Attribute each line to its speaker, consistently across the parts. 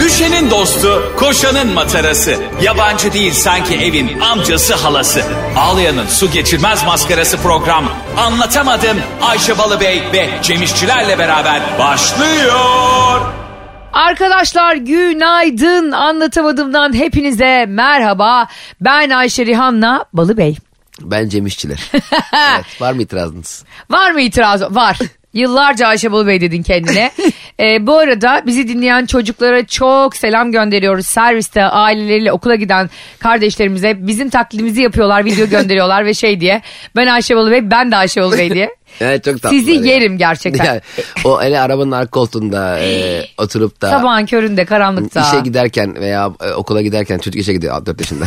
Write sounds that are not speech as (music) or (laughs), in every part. Speaker 1: Düşenin dostu, koşanın matarası. Yabancı değil sanki evin amcası halası. Ağlayanın su geçirmez maskarası program. Anlatamadım Ayşe Balıbey ve Cemişçilerle beraber başlıyor.
Speaker 2: Arkadaşlar günaydın anlatamadığımdan hepinize merhaba. Ben Ayşe Rihanna Balıbey.
Speaker 3: Ben
Speaker 2: (laughs)
Speaker 3: Cem İşçiler. evet, var mı itirazınız?
Speaker 2: Var mı itiraz?
Speaker 3: (laughs)
Speaker 2: Var. Yıllarca Ayşe Balıbey dedin kendine. Ee, bu arada bizi dinleyen çocuklara çok selam gönderiyoruz. Serviste aileleriyle okula giden kardeşlerimize bizim taklidimizi yapıyorlar, video gönderiyorlar ve şey diye. Ben Ayşe Balıbey, ben de Ayşe Balıbey diye.
Speaker 3: (laughs) Evet çok tatlılar
Speaker 2: Sizi
Speaker 3: (laughs) ya.
Speaker 2: yerim gerçekten.
Speaker 3: Yani o hele arabanın arka koltuğunda
Speaker 2: (gasps)
Speaker 3: e, oturup da
Speaker 2: Sabahın köründe, karanlıkta.
Speaker 3: işe giderken veya e, okula giderken çocuk işe gidiyor alt
Speaker 2: (laughs)
Speaker 3: 4 yaşında.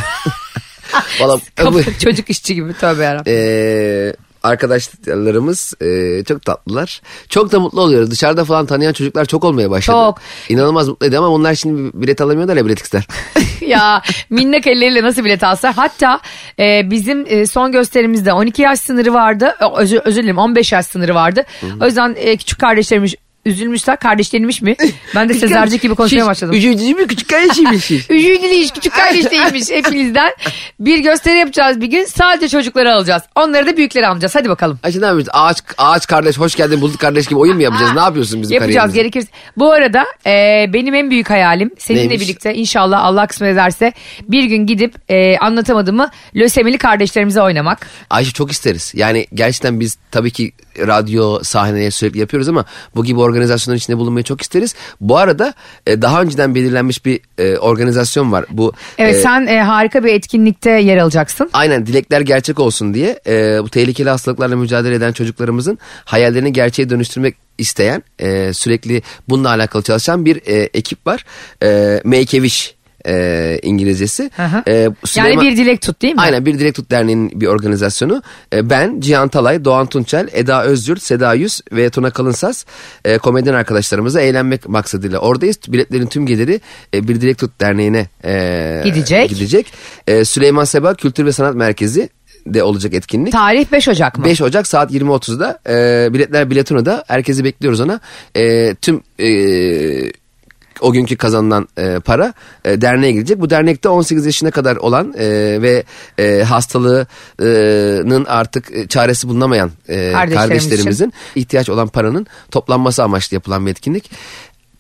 Speaker 3: Valla bu, (laughs)
Speaker 2: Kapı- çocuk işçi gibi tövbe yarabbim.
Speaker 3: e, arkadaşlarımız e, çok tatlılar. Çok da mutlu oluyoruz. Dışarıda falan tanıyan çocuklar çok olmaya başladı.
Speaker 2: Çok.
Speaker 3: İnanılmaz mutlu ediyor ama onlar şimdi bilet alamıyorlar ya bilet ister.
Speaker 2: ya minnak elleriyle nasıl bilet alsa. Hatta e, bizim e, son gösterimizde 12 yaş sınırı vardı. Ö- Özür, özür dilerim 15 yaş sınırı vardı. O yüzden e, küçük kardeşlerimiz üzülmüşler. Kardeşlenmiş mi? Ben de Sezercik gibi konuşmaya başladım.
Speaker 3: Üçüncü mü
Speaker 2: (laughs)
Speaker 3: küçük kardeşiymiş.
Speaker 2: Ücüdülüyüz küçük kardeş değilmiş hepinizden. Bir gösteri yapacağız bir gün. Sadece çocukları alacağız. Onları da büyükleri alacağız. Hadi bakalım.
Speaker 3: Ayşe ne yapıyorsun? Ağaç, ağaç kardeş hoş geldin bulut kardeş gibi oyun mu yapacağız? Ne yapıyorsun bizim
Speaker 2: Yapacağız
Speaker 3: kariyerimizde?
Speaker 2: gerekirse. Bu arada e, benim en büyük hayalim seninle
Speaker 3: Neymiş?
Speaker 2: birlikte inşallah Allah kısmet ederse bir gün gidip e, anlatamadığımı lösemili kardeşlerimize oynamak.
Speaker 3: Ayşe çok isteriz. Yani gerçekten biz tabii ki radyo sahneye sürekli yapıyoruz ama bu gibi organizasyonların içinde bulunmayı çok isteriz. Bu arada e, daha önceden belirlenmiş bir e, organizasyon var. Bu
Speaker 2: Evet
Speaker 3: e,
Speaker 2: sen e, harika bir etkinlikte yer alacaksın.
Speaker 3: Aynen dilekler gerçek olsun diye e, bu tehlikeli hastalıklarla mücadele eden çocuklarımızın hayallerini gerçeğe dönüştürmek isteyen e, sürekli bununla alakalı çalışan bir e, ekip var. E, Make a Wish e, İngilizcesi.
Speaker 2: Aha.
Speaker 3: E,
Speaker 2: Yani
Speaker 3: Süleyman-
Speaker 2: bir dilek tut değil mi?
Speaker 3: Aynen Bir Direkt Tut Derneği'nin bir organizasyonu. E, Ben, Cihan Talay, Doğan Tunçel, Eda Özyurt, Seda Yüz ve Tuna Kalınsaz e, komedyen arkadaşlarımıza eğlenmek maksadıyla oradayız. Biletlerin tüm geliri e, Bir Direkt Tut Derneği'ne e,
Speaker 2: Gidecek.
Speaker 3: gidecek. E, Süleyman Seba Kültür ve Sanat Merkezi de olacak etkinlik.
Speaker 2: Tarih 5 Ocak mı?
Speaker 3: 5 Ocak saat 20.30'da e, biletler Biletino'da herkesi bekliyoruz ona. E, tüm e, o günkü kazanılan e, para e, derneğe gidecek. Bu dernekte 18 yaşına kadar olan e, ve e, hastalığının artık e, çaresi bulunamayan e,
Speaker 2: Kardeşlerimiz
Speaker 3: kardeşlerimizin ihtiyaç olan paranın toplanması amaçlı yapılan bir etkinlik.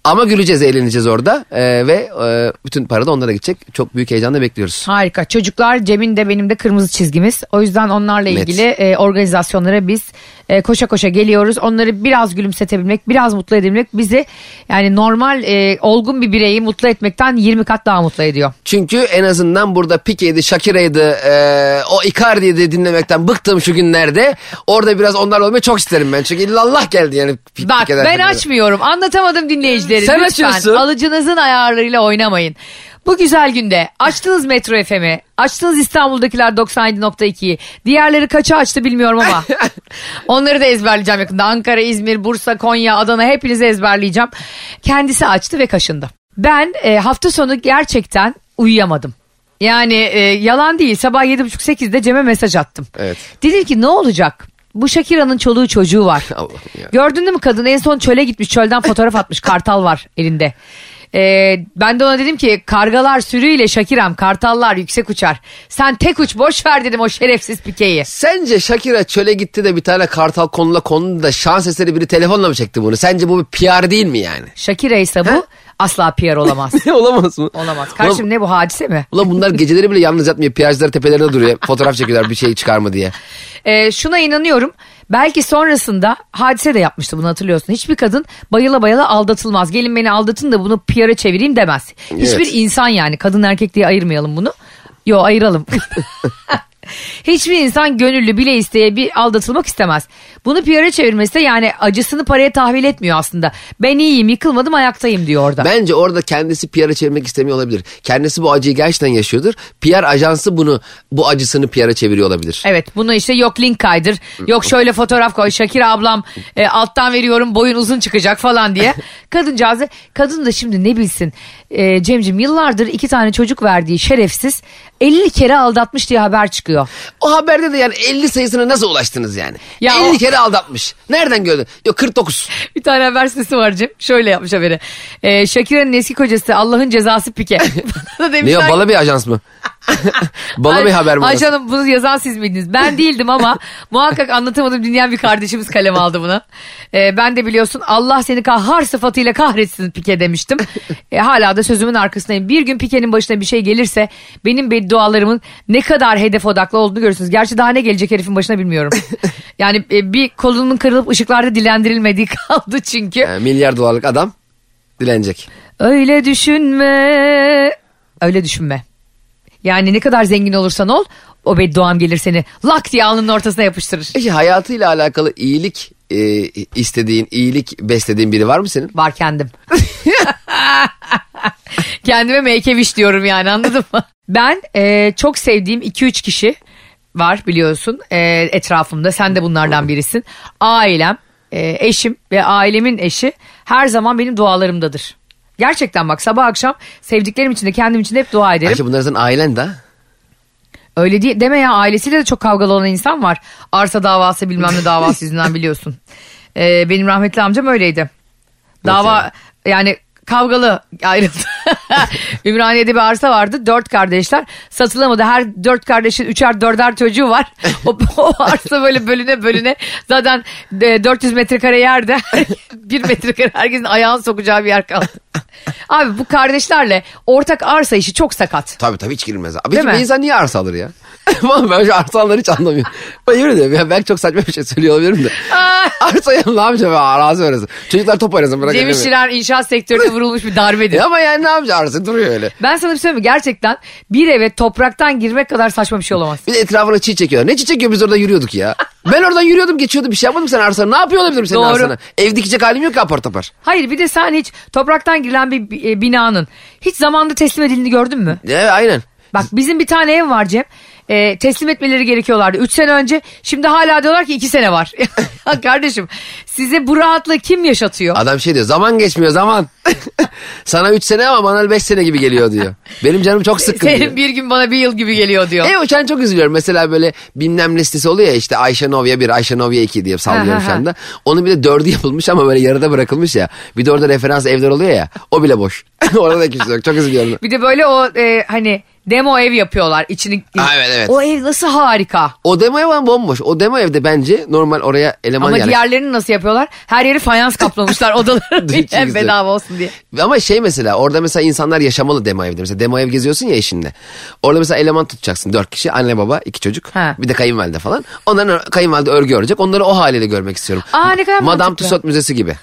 Speaker 3: Ama güleceğiz, eğleneceğiz orada E, ve e, bütün para da onlara gidecek. Çok büyük heyecanla bekliyoruz.
Speaker 2: Harika. Çocuklar Cem'in de benim de kırmızı çizgimiz. O yüzden onlarla
Speaker 3: Net.
Speaker 2: ilgili e, organizasyonlara biz e, koşa koşa geliyoruz. Onları biraz gülümsetebilmek, biraz mutlu edebilmek bizi yani normal e, olgun bir bireyi mutlu etmekten 20 kat daha mutlu ediyor.
Speaker 3: Çünkü en azından burada Pike'ydi, Shakira'ydı, eee, o Icardi'ydi dinlemekten bıktım şu günlerde. Orada biraz onlar olmayı çok isterim ben. Çünkü illallah geldi yani. Pi-
Speaker 2: Bak
Speaker 3: Pike'den
Speaker 2: ben
Speaker 3: sonra.
Speaker 2: açmıyorum. Anlatamadım dinleyicileri.
Speaker 3: Sen
Speaker 2: Lütfen
Speaker 3: açıyorsun.
Speaker 2: alıcınızın ayarlarıyla oynamayın. Bu güzel günde açtınız Metro FM'i, açtınız İstanbul'dakiler 97.2'yi. Diğerleri kaça açtı bilmiyorum
Speaker 3: (laughs)
Speaker 2: ama. Onları da ezberleyeceğim yakında. Ankara, İzmir, Bursa, Konya, Adana hepinizi ezberleyeceğim. Kendisi açtı ve kaşındı. Ben e, hafta sonu gerçekten uyuyamadım. Yani e, yalan değil sabah 7.30-8'de Cem'e mesaj attım.
Speaker 3: Evet.
Speaker 2: Dedim ki ne olacak? Bu Shakira'nın çoluğu çocuğu var.
Speaker 3: (laughs) Allah'ım ya.
Speaker 2: Gördün değil mi kadın en son çöle gitmiş çölden fotoğraf atmış kartal var elinde. Ee, ben de ona dedim ki kargalar sürüyle Şakiram kartallar yüksek uçar. Sen tek uç boş ver dedim o şerefsiz pikeyi.
Speaker 3: Sence Shakira çöle gitti de bir tane kartal konula kondu da şans eseri biri telefonla mı çekti bunu? Sence bu bir PR değil mi yani?
Speaker 2: Shakira ise bu
Speaker 3: Ha?
Speaker 2: asla PR olamaz.
Speaker 3: (laughs) Olamaz mı?
Speaker 2: Olamaz. Karşım
Speaker 3: Ulan,
Speaker 2: ne bu hadise mi?
Speaker 3: ulan bunlar geceleri bile yalnız yatmıyor. PR'ciler tepelerinde duruyor. Fotoğraf çekiyorlar bir şey çıkar mı diye.
Speaker 2: Ee, şuna inanıyorum. Belki sonrasında hadise de yapmıştı bunu hatırlıyorsun. Hiçbir kadın bayıla bayıla aldatılmaz. Gelin beni aldatın da bunu PR'a çevireyim demez. Hiçbir
Speaker 3: Evet.
Speaker 2: insan yani kadın erkek diye ayırmayalım bunu. Yo ayıralım. Hiçbir insan gönüllü bile isteye bir aldatılmak istemez. Bunu PR'a çevirmesi de yani acısını paraya tahvil etmiyor aslında. Ben iyiyim yıkılmadım ayaktayım diyor orada.
Speaker 3: Bence orada kendisi PR'a çevirmek istemiyor olabilir. Kendisi bu acıyı gerçekten yaşıyordur. PR ajansı bunu bu acısını PR'a çeviriyor olabilir.
Speaker 2: Evet bunu işte yok link kaydır yok şöyle fotoğraf koy Şakir ablam e, alttan veriyorum boyun uzun çıkacak falan (laughs) diye. Kadıncağızı kadın da şimdi ne bilsin e, Cemcim yıllardır iki tane çocuk verdiği şerefsiz 50 kere aldatmış diye haber çıkıyor.
Speaker 3: O haberde de yani 50 sayısına nasıl ulaştınız yani?
Speaker 2: Ya
Speaker 3: 50
Speaker 2: o-
Speaker 3: kere aldatmış. Nereden gördün?
Speaker 2: (laughs)
Speaker 3: Yok 49.
Speaker 2: Bir tane haber sitesi var Cem. Şöyle yapmış haberi. Ee, Shakira'nın eski kocası Allah'ın cezası (laughs) pike. Bana da
Speaker 3: Ne
Speaker 2: demişler
Speaker 3: ya
Speaker 2: ki-
Speaker 3: bala bir ajans mı? (laughs) bala bir
Speaker 2: Ay-
Speaker 3: haber mi?
Speaker 2: Ayşe
Speaker 3: orası?
Speaker 2: Hanım bunu yazan siz miydiniz? Ben değildim
Speaker 3: (laughs)
Speaker 2: ama muhakkak anlatamadım dinleyen bir kardeşimiz kalem aldı bunu. Ee, ben de biliyorsun Allah seni kahhar sıfatıyla kahretsin Pike
Speaker 3: (laughs)
Speaker 2: demiştim. Ee, hala da sözümün arkasındayım. Bir gün Pike'nin başına bir şey gelirse benim beddualarımın ne kadar hedef odaklı olduğunu görürsünüz. Gerçi daha ne gelecek herifin başına
Speaker 3: (laughs)
Speaker 2: bilmiyorum. Yani e, bir kolunun kırılıp ışıklarda dilendirilmediği (laughs) kaldı çünkü.
Speaker 3: Yani Ee, milyar dolarlık adam dilenecek.
Speaker 2: Öyle düşünme. Öyle düşünme. Yani ne kadar zengin olursan ol o bedduam gelir seni lak diye alnının ortasına yapıştırır.
Speaker 3: Peki hayatıyla alakalı iyilik e, istediğin, iyilik beslediğin biri var mı senin?
Speaker 2: Var kendim. (laughs) Kendime meykeviş diyorum yani anladın mı? Ben e, çok sevdiğim 2-3 kişi var biliyorsun e, etrafımda. Sen de bunlardan birisin. Ailem, e, eşim ve ailemin eşi her zaman benim dualarımdadır. Gerçekten bak sabah akşam sevdiklerim için de kendim için de hep dua ederim.
Speaker 3: Ayşe bunlar senin ailen de. ha?
Speaker 2: Öyle diye deme ya ailesiyle de çok kavgalı olan insan var. Arsa davası bilmem ne davası yüzünden biliyorsun. Ee, benim rahmetli amcam öyleydi. Dava
Speaker 3: yani?
Speaker 2: yani kavgalı ayrıldı. (laughs) Ümraniye'de bir arsa vardı. Dört kardeşler satılamadı. Her dört kardeşin üçer dörder çocuğu var. O, o arsa böyle bölüne bölüne. Zaten e, 400 metrekare yerde. (laughs) bir metrekare herkesin ayağını sokacağı bir yer kaldı. Abi bu kardeşlerle ortak arsa işi çok sakat.
Speaker 3: Tabii tabii hiç girilmez. Abi
Speaker 2: Değil
Speaker 3: bir
Speaker 2: mi?
Speaker 3: insan niye arsa alır ya? (laughs) Vallahi ben şu arsa alanları hiç anlamıyorum. Ben yemin ediyorum ya ben çok saçma bir şey söylüyor olabilirim de.
Speaker 2: Ay.
Speaker 3: arsa ya ne yapacağım ya arazi oynasın. Çocuklar top oynasın bırak
Speaker 2: Cem
Speaker 3: ödemeyi.
Speaker 2: İşçiler inşaat sektörüne vurulmuş bir darbedir.
Speaker 3: E ama yani ne yapacağım arsa duruyor öyle.
Speaker 2: Ben sana bir şey söyleyeyim mi? Gerçekten bir eve topraktan girmek kadar saçma bir şey olamaz.
Speaker 3: Bir de etrafına çiğ çekiyorlar. Ne çiğ çekiyor biz orada yürüyorduk ya. Ben oradan yürüyordum geçiyordum bir şey yapmadım sen arsana. Ne yapıyor olabilirim senin
Speaker 2: Doğru.
Speaker 3: arsana? Ev dikecek halim yok ki apar topar.
Speaker 2: Hayır bir de sen hiç topraktan girilen bir bi- e, binanın hiç zamanda teslim edildiğini gördün mü?
Speaker 3: E, aynen.
Speaker 2: Bak bizim bir tane ev var Cem. E, teslim etmeleri gerekiyorlardı 3 sene önce. Şimdi hala diyorlar ki 2 sene var. (laughs) Ya Kardeşim size bu rahatlığı kim yaşatıyor?
Speaker 3: Adam şey diyor zaman geçmiyor zaman. (laughs) Sana 3 sene ama bana 5 sene gibi geliyor diyor. Benim canım çok sıkkın diyor.
Speaker 2: Senin bir gün bana bir yıl gibi geliyor diyor.
Speaker 3: E o yüzden çok üzülüyorum. Mesela böyle bilmem listesi oluyor ya işte Ayşe Novya 1, Ayşe Novya 2 diye sallıyorum şu anda. Onun bir de 4'ü yapılmış ama böyle yarıda bırakılmış ya. Bir de orada referans evler oluyor ya. O bile boş. (laughs) Orada da kimse yok. Çok üzülüyorum.
Speaker 2: Bir de böyle o e, hani demo ev yapıyorlar. içini.
Speaker 3: Ha, evet, evet.
Speaker 2: O ev nasıl harika.
Speaker 3: O demo ev ama bomboş. O demo evde bence normal oraya eleman
Speaker 2: Ama
Speaker 3: yerleş-
Speaker 2: diğerlerini nasıl yapıyorlar? Her yeri fayans kaplamışlar odaları
Speaker 3: (laughs) Değil,
Speaker 2: hem
Speaker 3: güzel.
Speaker 2: bedava olsun diye.
Speaker 3: Ama şey mesela orada mesela insanlar yaşamalı demo evde. Mesela demo ev geziyorsun ya eşinle. Orada mesela eleman tutacaksın. Dört kişi anne baba iki çocuk
Speaker 2: Ha.
Speaker 3: bir de kayınvalide falan. Onların kayınvalide örgü örecek. Onları o haliyle görmek istiyorum.
Speaker 2: Aa, ne kadar
Speaker 3: Madame
Speaker 2: mantıklı.
Speaker 3: Tussauds Müzesi gibi.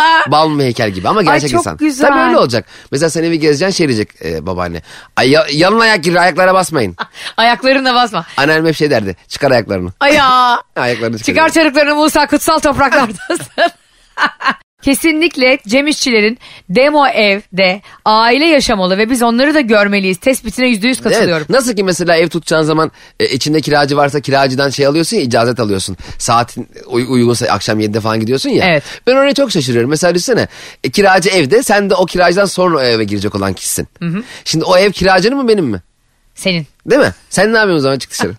Speaker 2: (laughs)
Speaker 3: Bal mı heykel gibi ama gerçek
Speaker 2: çok
Speaker 3: insan.
Speaker 2: güzel.
Speaker 3: Tabii öyle olacak. Mesela sen evi gezeceksin şey diyecek e, babaanne. Ay, ya- yalın ayak gir
Speaker 2: (laughs)
Speaker 3: ayaklara basmayın.
Speaker 2: Ayaklarına basma.
Speaker 3: Anneannem hep şey derdi çıkar ayaklarını.
Speaker 2: Aya.
Speaker 3: Ayaklarını
Speaker 2: Çıkar çarıklarını Musa kutsal
Speaker 3: (laughs)
Speaker 2: topraklardasın. Kesinlikle Cem İşçilerin demo evde aile yaşamalı ve biz onları da görmeliyiz. Tespitine yüzde yüz katılıyorum.
Speaker 3: Evet. Nasıl ki mesela ev tutacağın zaman e, içinde kiracı varsa kiracıdan şey alıyorsun ya icazet alıyorsun. Saatin uy- uygunsa akşam 7'de falan gidiyorsun ya.
Speaker 2: Evet.
Speaker 3: Ben oraya çok şaşırıyorum. Mesela düşünsene e, kiracı evde sen de o kiracıdan sonra o eve girecek olan kişisin. Şimdi o ev kiracının mı benim mi?
Speaker 2: Senin.
Speaker 3: Değil mi? Sen ne yapıyorsun o zaman
Speaker 2: (laughs)
Speaker 3: çık dışarı.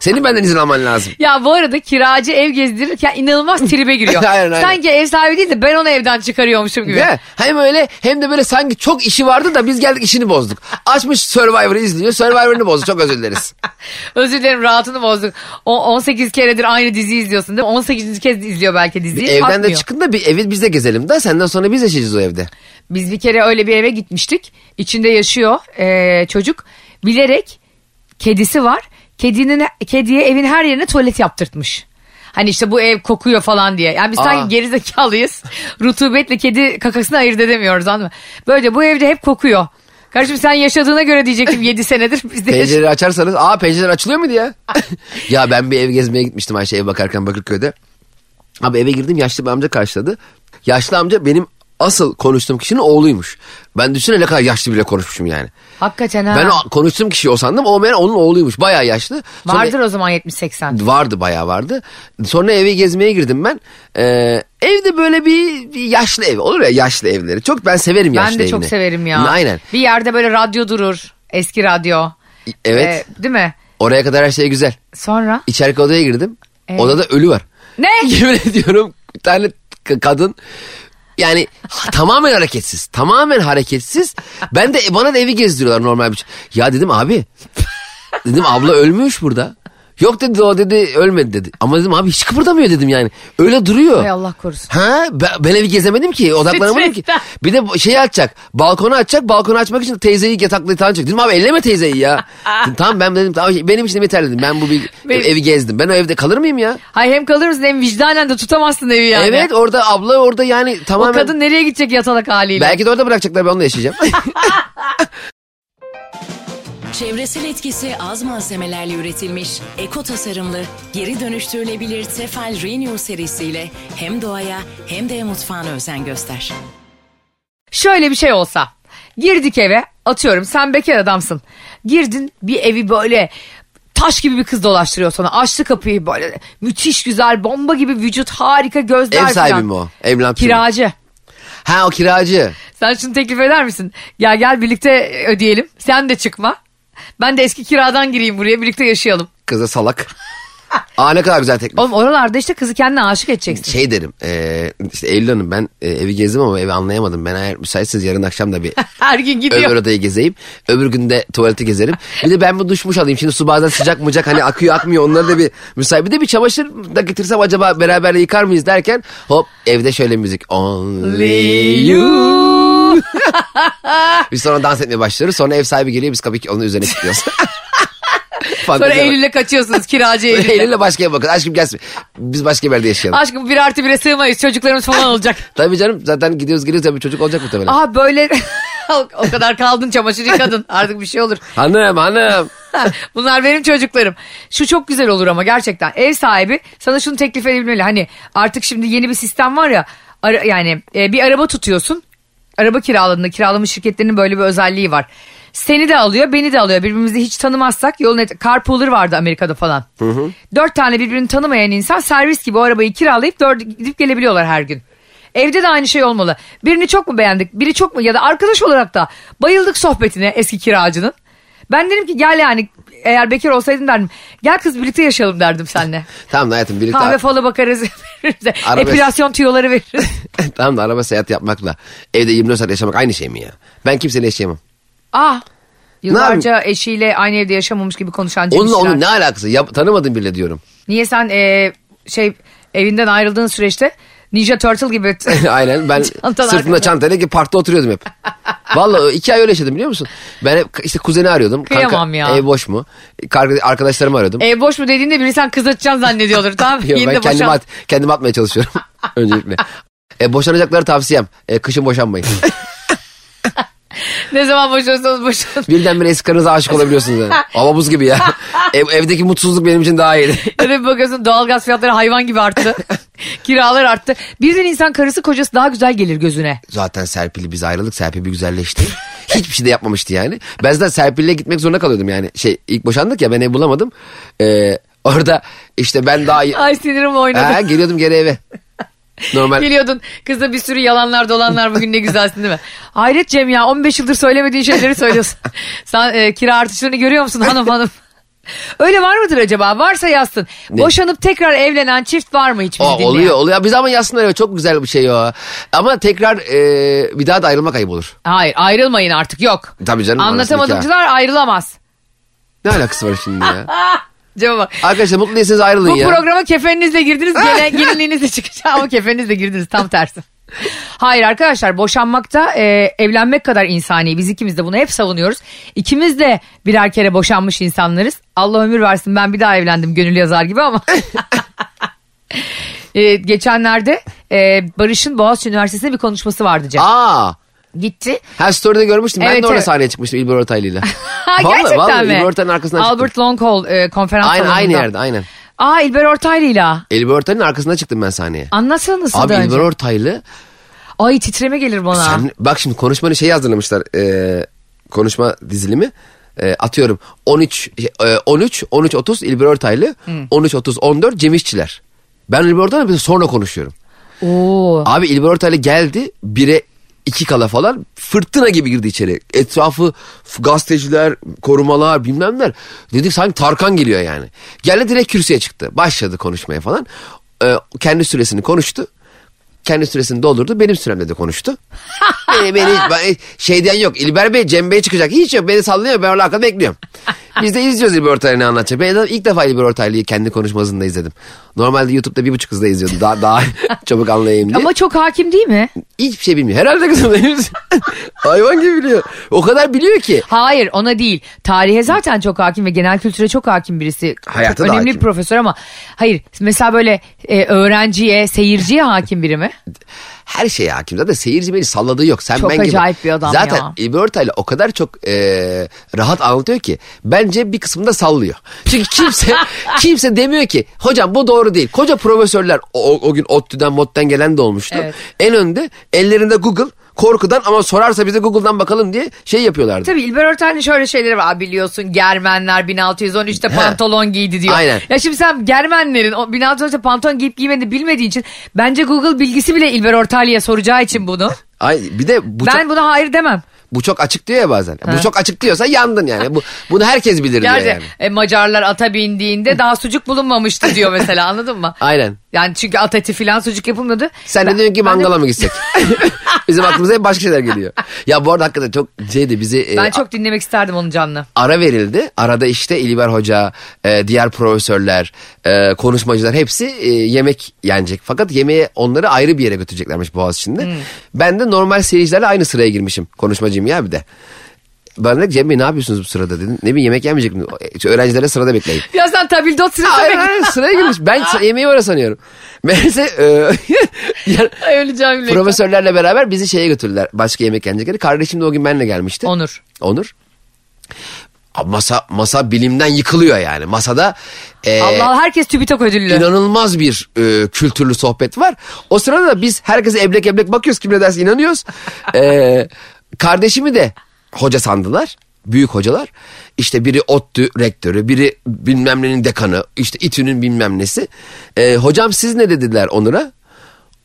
Speaker 3: Senin benden izin alman lazım.
Speaker 2: Ya bu arada kiracı ev gezdirirken inanılmaz tribe giriyor.
Speaker 3: (laughs) Aynen, aynen.
Speaker 2: Sanki ev sahibi değil de ben onu evden çıkarıyormuşum gibi.
Speaker 3: Değil mi? Hem öyle hem de böyle sanki çok işi vardı da biz geldik işini bozduk. Açmış Survivor'ı izliyor. Survivor'ını bozdu. Çok özür dileriz.
Speaker 2: Özür dilerim rahatını bozduk. O 18 keredir aynı diziyi izliyorsun değil mi? 18. kez izliyor belki diziyi.
Speaker 3: Evden de
Speaker 2: Atmıyor.
Speaker 3: çıkın da bir evi biz de gezelim de senden sonra biz yaşayacağız o evde.
Speaker 2: Biz bir kere öyle bir eve gitmiştik. İçinde yaşıyor eee, çocuk. Bilerek kedisi var. Kedinin kediye evin her yerine tuvalet yaptırtmış. Hani işte bu ev kokuyor falan diye. Yani biz
Speaker 3: Aa.
Speaker 2: sanki gerizekalıyız. (laughs) Rutubetle kedi kakasını ayırt edemiyoruz anladın mı? Böyle bu evde hep kokuyor. Kardeşim sen yaşadığına göre diyecektim 7 senedir biz de yaşadık.
Speaker 3: Pencereyi açarsanız aa pencere açılıyor muydu ya? (laughs) ya ben bir ev gezmeye gitmiştim Ayşe ev bakarken Bakırköy'de. Abi eve girdim yaşlı bir amca karşıladı. Yaşlı amca benim asıl konuştuğum kişinin oğluymuş. Ben düşünsene ne kadar yaşlı bile konuşmuşum yani.
Speaker 2: Hakikaten ha.
Speaker 3: Ben o- konuştuğum kişiyi o sandım o meğer onun oğluymuş bayağı yaşlı. Sonra-
Speaker 2: Vardır o zaman 70-80.
Speaker 3: Vardı bayağı vardı. Sonra eve gezmeye girdim ben. Ee, evde böyle bir, bir yaşlı ev olur ya yaşlı evleri. Çok ben severim yaşlı
Speaker 2: Ben
Speaker 3: evini.
Speaker 2: de çok severim ya.
Speaker 3: Aynen.
Speaker 2: Bir yerde böyle radyo durur. Eski radyo.
Speaker 3: Evet.
Speaker 2: Ee, değil mi?
Speaker 3: Oraya kadar her şey güzel.
Speaker 2: Sonra?
Speaker 3: İçerideki odaya girdim.
Speaker 2: Evet.
Speaker 3: Odada ölü var.
Speaker 2: Ne?
Speaker 3: (laughs) Yemin ediyorum bir tane k- kadın yani ha- tamamen hareketsiz. Tamamen hareketsiz. Ben de e, bana da evi gezdiriyorlar normal bir Ya dedim abi. (laughs) Dedim abla ölmüş burada. Yok dedi o dedi ölmedi dedi. Ama dedim abi hiç kıpırdamıyor dedim yani. Öyle duruyor.
Speaker 2: Hay Allah korusun.
Speaker 3: Ha ben, ben evi gezemedim ki odaklanamadım ki.
Speaker 2: Stresten.
Speaker 3: Bir de bu- şeyi açacak balkonu açacak balkonu açmak için teyzeyi yataklı yatağa açacak. Dedim abi elleme teyzeyi ya.
Speaker 2: (laughs)
Speaker 3: Dedim, tamam ben dedim tamam şey, benim için yeterli dedim. Ben bu bir
Speaker 2: Ah. Benim-
Speaker 3: evi gezdim. Ben o evde kalır mıyım ya?
Speaker 2: Hay hem kalır mısın hem vicdanen de tutamazsın evi yani.
Speaker 3: Evet orada abla orada yani
Speaker 2: O
Speaker 3: tamamen.
Speaker 2: kadın nereye gidecek yatalak haliyle?
Speaker 3: Belki de orada bırakacaklar ben
Speaker 2: (laughs)
Speaker 3: onunla yaşayacağım.
Speaker 4: Çevresel etkisi az malzemelerle üretilmiş, eko tasarımlı, geri dönüştürülebilir Tefal Renew serisiyle hem doğaya hem de mutfağına özen göster.
Speaker 2: Şöyle bir şey olsa. Girdik eve atıyorum sen bekar adamsın. Girdin bir evi böyle taş gibi bir kız dolaştırıyor sana. Açtı kapıyı böyle müthiş güzel bomba gibi vücut harika gözler
Speaker 3: Ev sahibi
Speaker 2: falan.
Speaker 3: mi o? Evlampçı mı?
Speaker 2: Kiracı.
Speaker 3: Ha o kiracı.
Speaker 2: Sen şunu teklif eder misin? Gel gel birlikte ödeyelim. Sen de çıkma. Ben de eski kiradan gireyim buraya birlikte yaşayalım. (laughs)
Speaker 3: Kıza salak. Aa ne kadar güzel teklif.
Speaker 2: Oğlum oralarda işte kızı kendine aşık edeceksin.
Speaker 3: Şey derim e, işte Eylül Hanım ben e, evi gezdim ama evi anlayamadım. Ben eğer müsaitseniz yarın
Speaker 2: (laughs)
Speaker 3: akşam da bir
Speaker 2: Her gün gidiyor.
Speaker 3: Öbür odayı gezeyim. Öbür günde tuvaleti gezerim. Bir de ben bu duşmuş alayım. Şimdi su bazen sıcak mıcak hani akıyor akmıyor. Onları da bir müsait. Bir de bir çamaşır da getirsem acaba beraber yıkar mıyız derken hop evde şöyle müzik. Only you. Biz sonra dans etmeye başlıyoruz. Sonra ev sahibi geliyor biz kapıyı onun üzerine kilitliyoruz.
Speaker 2: (laughs) Sonra
Speaker 3: Fantezi var.
Speaker 2: Eylül'le kaçıyorsunuz kiracı Eylül'le.
Speaker 3: Eylül'le başka bir bakın. Aşkım gelsin. Biz başka bir yerde yaşayalım.
Speaker 2: Aşkım bir artı bire sığmayız çocuklarımız falan olacak.
Speaker 3: Tabii canım zaten gidiyoruz geliyoruz. Tabii çocuk olacak muhtemelen.
Speaker 2: Aha böyle (laughs) o- o kadar kaldın çamaşır yıkadın artık bir şey olur.
Speaker 3: Hanım hanım.
Speaker 2: (laughs) Bunlar benim çocuklarım. Şu çok güzel olur ama gerçekten ev sahibi sana şunu teklif edebilmeli. Hani artık şimdi yeni bir sistem var ya ara- yani e, bir araba tutuyorsun. Araba kiraladığında kiralama şirketlerinin böyle bir özelliği var. Seni de alıyor beni de alıyor birbirimizi hiç tanımazsak yolun et carpooler vardı Amerika'da falan. Dört tane birbirini tanımayan insan servis gibi o arabayı kiralayıp dört, gidip gelebiliyorlar her gün. Evde de aynı şey olmalı. Birini çok mu beğendik biri çok mu ya da arkadaş olarak da bayıldık sohbetine eski kiracının. Ben dedim ki gel yani eğer bekar olsaydım derdim. Gel kız birlikte yaşayalım derdim seninle.
Speaker 3: (laughs) Tamam da hayatım birlikte
Speaker 2: Kahve falı bakarız. (laughs) birbirimize.
Speaker 3: Arabesk.
Speaker 2: Epilasyon tüyoları veririz.
Speaker 3: (laughs) tamam da araba seyahat yapmakla evde 24 saat yaşamak aynı şey mi ya? Ben kimseyle yaşayamam.
Speaker 2: Ah.
Speaker 3: Ne
Speaker 2: Yıllarca eşiyle aynı evde yaşamamış gibi konuşan Cem
Speaker 3: Onunla
Speaker 2: İşçiler.
Speaker 3: onun ne alakası? Ya, tanımadım bile diyorum. (laughs)
Speaker 2: Niye sen e, şey evinden ayrıldığın süreçte Ninja Turtle
Speaker 3: (laughs)
Speaker 2: gibi (laughs)
Speaker 3: Aynen ben
Speaker 2: Çantan
Speaker 3: sırtımda
Speaker 2: arkada.
Speaker 3: çantayla ki parkta oturuyordum hep. Vallahi iki ay öyle yaşadım biliyor musun? Ben hep işte kuzeni arıyordum.
Speaker 2: Kıyamam ya.
Speaker 3: Ev boş mu? Kar- Arkadaşlarımı arıyordum.
Speaker 2: ev boş mu dediğinde biri sen kız açacaksın zannediyordur tamam
Speaker 3: (laughs) Yok,
Speaker 2: Yeni
Speaker 3: ben
Speaker 2: de
Speaker 3: kendimi,
Speaker 2: boşan.
Speaker 3: at, kendimi atmaya çalışıyorum (laughs) öncelikle. E, boşanacakları tavsiyem. E,
Speaker 2: (laughs)
Speaker 3: kışın boşanmayın.
Speaker 2: Ne zaman boşanırsanız boşanın.
Speaker 3: Birdenbire eski karınıza aşık olabiliyorsunuz.
Speaker 2: (laughs)
Speaker 3: Yani. Hava buz gibi ya. Ev- evdeki mutsuzluk benim için daha iyiydi.
Speaker 2: Öyle bir bakıyorsun doğalgaz fiyatları hayvan gibi arttı. (laughs) Kiralar arttı. Birden insan karısı kocası daha güzel gelir gözüne.
Speaker 3: zaten Serpil'i biz ayrıldık. Serpil bir güzelleşti. (laughs) Hiçbir şey de yapmamıştı yani. Ben zaten Serpil'le gitmek zorunda kalıyordum yani. Şey ilk boşandık ya ben ev bulamadım. Ee, orada işte ben daha...
Speaker 2: Ay sinirim oynadı.
Speaker 3: Ha, geliyordum
Speaker 2: (laughs)
Speaker 3: geri eve. Normal.
Speaker 2: Biliyordun kızda bir sürü yalanlar dolanlar bugün ne güzelsin değil mi? Hayret Cem ya 15 yıldır söylemediğin şeyleri (laughs) söylüyorsun. Sen e, kira artışlarını görüyor musun hanım (laughs) hanım? Öyle var mıdır acaba? Varsa yazsın.
Speaker 3: Ne?
Speaker 2: Boşanıp tekrar evlenen çift var mı hiç bizi
Speaker 3: O,
Speaker 2: dinleyen?
Speaker 3: oluyor oluyor. Biz ama yazsınlar ya, çok güzel bir şey o. Ama tekrar e, bir daha da ayrılmak ayıp olur.
Speaker 2: Hayır ayrılmayın artık yok.
Speaker 3: Tabii canım,
Speaker 2: Anlatamadımcılar ayrılamaz.
Speaker 3: Ne alakası var
Speaker 2: (laughs)
Speaker 3: şimdi ya?
Speaker 2: Cevap bak.
Speaker 3: Arkadaşlar mutlu değilseniz ayrılın
Speaker 2: Bu
Speaker 3: ya.
Speaker 2: programa kefeninizle girdiniz,
Speaker 3: (laughs)
Speaker 2: gelen, gelinliğinizle çıkacak ama kefeninizle girdiniz tam tersi. Hayır arkadaşlar boşanmakta e, evlenmek kadar insani. Biz ikimiz de bunu hep savunuyoruz. İkimiz de birer kere boşanmış insanlarız. Allah ömür versin ben bir daha evlendim gönül yazar gibi ama. (laughs) E, geçenlerde e, Barış'ın Boğaziçi Üniversitesi'nde bir konuşması vardı Cem.
Speaker 3: Aa.
Speaker 2: Gitti. (laughs)
Speaker 3: Her story'de görmüştüm. ben
Speaker 2: Evet,
Speaker 3: de orada
Speaker 2: evet.
Speaker 3: sahneye çıkmıştım İlber Ortaylı'yla.
Speaker 2: Ha, (laughs)
Speaker 3: Vallahi,
Speaker 2: gerçekten
Speaker 3: vallahi,
Speaker 2: mi?
Speaker 3: İlber Ortaylı'nın arkasından çıktım.
Speaker 2: Albert Longhall e, konferans
Speaker 3: Aynen aynı
Speaker 2: salonunda.
Speaker 3: yerde aynen.
Speaker 2: Aa İlber Ortaylı'yla.
Speaker 3: Elbi Ortaylı'nın arkasına çıktım ben sahneye.
Speaker 2: Anlatsana nasıl
Speaker 3: Abi
Speaker 2: da önce?
Speaker 3: İlber Ortaylı
Speaker 2: Ay titreme gelir bana.
Speaker 3: sen bak şimdi konuşmanı şey hazırlamışlar e, konuşma dizilimi E, atıyorum 13 e, 13 13 30 İlber Ortaylı 13 30 14 Cem İşçiler. Ben İlber Ortaylı'yla bir de sonra konuşuyorum.
Speaker 2: Oo.
Speaker 3: Abi İlber Ortaylı geldi bire iki kala falan fırtına gibi girdi içeri. Etrafı f- gazeteciler, korumalar bilmem neler. Dedik sanki Tarkan geliyor yani. Geldi direkt kürsüye çıktı. Başladı konuşmaya falan. Ee, kendi süresini konuştu. Kendi süresini doldurdu. Benim süremde de konuştu. beni, beni, ben- şey diyen yok. İlber Bey, Cem Bey çıkacak. Hiç yok. Beni sallıyor. Ben orada arkada bekliyorum. Biz de izliyoruz İlber Ortaylı ne anlatacak. Ben de ilk defa İlber Ortaylı'yı kendi konuşmasında izledim. Normalde YouTube'da bir buçuk hızda izliyordum. Daha, daha çabuk anlayayım diye.
Speaker 2: Ama çok hakim değil mi?
Speaker 3: Hiçbir şey bilmiyor. Herhalde kızım.
Speaker 2: (laughs)
Speaker 3: Hayvan gibi biliyor. O kadar biliyor ki.
Speaker 2: Hayır ona değil. Tarihe zaten çok hakim ve genel kültüre çok hakim birisi.
Speaker 3: Hayata
Speaker 2: çok
Speaker 3: da
Speaker 2: önemli
Speaker 3: hakim.
Speaker 2: bir profesör ama hayır mesela böyle e, öğrenciye, seyirciye hakim biri
Speaker 3: (laughs)
Speaker 2: mi?
Speaker 3: Her şeye hakim. Zaten seyirci beni salladığı yok. Sen
Speaker 2: Çok
Speaker 3: ben gibi.
Speaker 2: acayip bir adam
Speaker 3: Zaten
Speaker 2: ya.
Speaker 3: İlber Ortaylı o kadar çok e, rahat anlatıyor ki. Bence bir kısmında sallıyor. Çünkü
Speaker 2: (laughs)
Speaker 3: kimse kimse demiyor ki. Hocam bu doğru değil. Koca profesörler o, o- o gün ODTÜ'den MOT'ten gelen de olmuştu.
Speaker 2: Evet.
Speaker 3: En önde ellerinde Google korkudan ama sorarsa bize Google'dan bakalım diye şey yapıyorlardı.
Speaker 2: Tabii İlber Ortaylı'nın şöyle şeyleri var. Aa, Biliyorsun Germenler 1613'te pantolon giydi diyor.
Speaker 3: Aynen.
Speaker 2: Ya şimdi sen Germenlerin o 1613'te pantolon giyip giymediğini bilmediğin için bence Google bilgisi bile İlber Ortaylı'ya soracağı için bunu.
Speaker 3: Ay bir de bu çok-
Speaker 2: ben buna hayır demem.
Speaker 3: Bu çok açık diyor ya bazen. Bu çok açık diyorsa yandın yani. Bu, bunu herkes bilir diyor
Speaker 2: Gerçi
Speaker 3: yani.
Speaker 2: e, Macarlar ata bindiğinde daha sucuk bulunmamıştı diyor mesela anladın mı?
Speaker 3: (laughs) Aynen.
Speaker 2: Yani çünkü at eti filan sucuk yapılmadı.
Speaker 3: Sen
Speaker 2: Ben-
Speaker 3: de diyorsun ki
Speaker 2: ben de-
Speaker 3: mangala mı gitsek? (laughs) Bizim aklımıza hep başka şeyler geliyor. Ya bu arada hakikaten çok şeydi bizi e,
Speaker 2: Ben çok dinlemek isterdim onun canlı.
Speaker 3: ara verildi. Arada işte İlber Hoca, e, diğer profesörler, e, konuşmacılar hepsi e, yemek yenecek. Fakat yemeğe onları ayrı bir yere götüreceklermiş Boğaziçi'nde.
Speaker 2: Hmm.
Speaker 3: Ben de normal seyircilerle aynı sıraya girmişim. Konuşmacıyım ya bir de. Ben de Cem Bey ne yapıyorsunuz bu sırada dedim. Ne bileyim yemek yenmeyecek mi? E, Öğrencilere sırada bekleyin.
Speaker 2: Birazdan tabildot
Speaker 3: Hayır
Speaker 2: sırası
Speaker 3: hayır sıraya girmiş. Ben sa- yemeği oraya sanıyorum. Meğerse e, (laughs) yani
Speaker 2: (laughs) Öleceğim bilekten.
Speaker 3: profesörlerle beraber bizi şeye götürdüler. Başka yemek yenecek yere. Kardeşim de o gün benimle gelmişti.
Speaker 2: Onur.
Speaker 3: Onur. Abi Masa masa bilimden yıkılıyor yani. Masada e,
Speaker 2: Allah herkes TÜBİTAK ödüllü.
Speaker 3: inanılmaz bir e, kültürlü sohbet var. O sırada da biz herkese eblek eblek bakıyoruz kim ne derse inanıyoruz. E, kardeşimi de hoca sandılar. Büyük hocalar. İşte biri ODTÜ rektörü, biri bilmem nenin dekanı, işte İTÜ'nün bilmem nesi. E, hocam siz ne dediler Onur'a?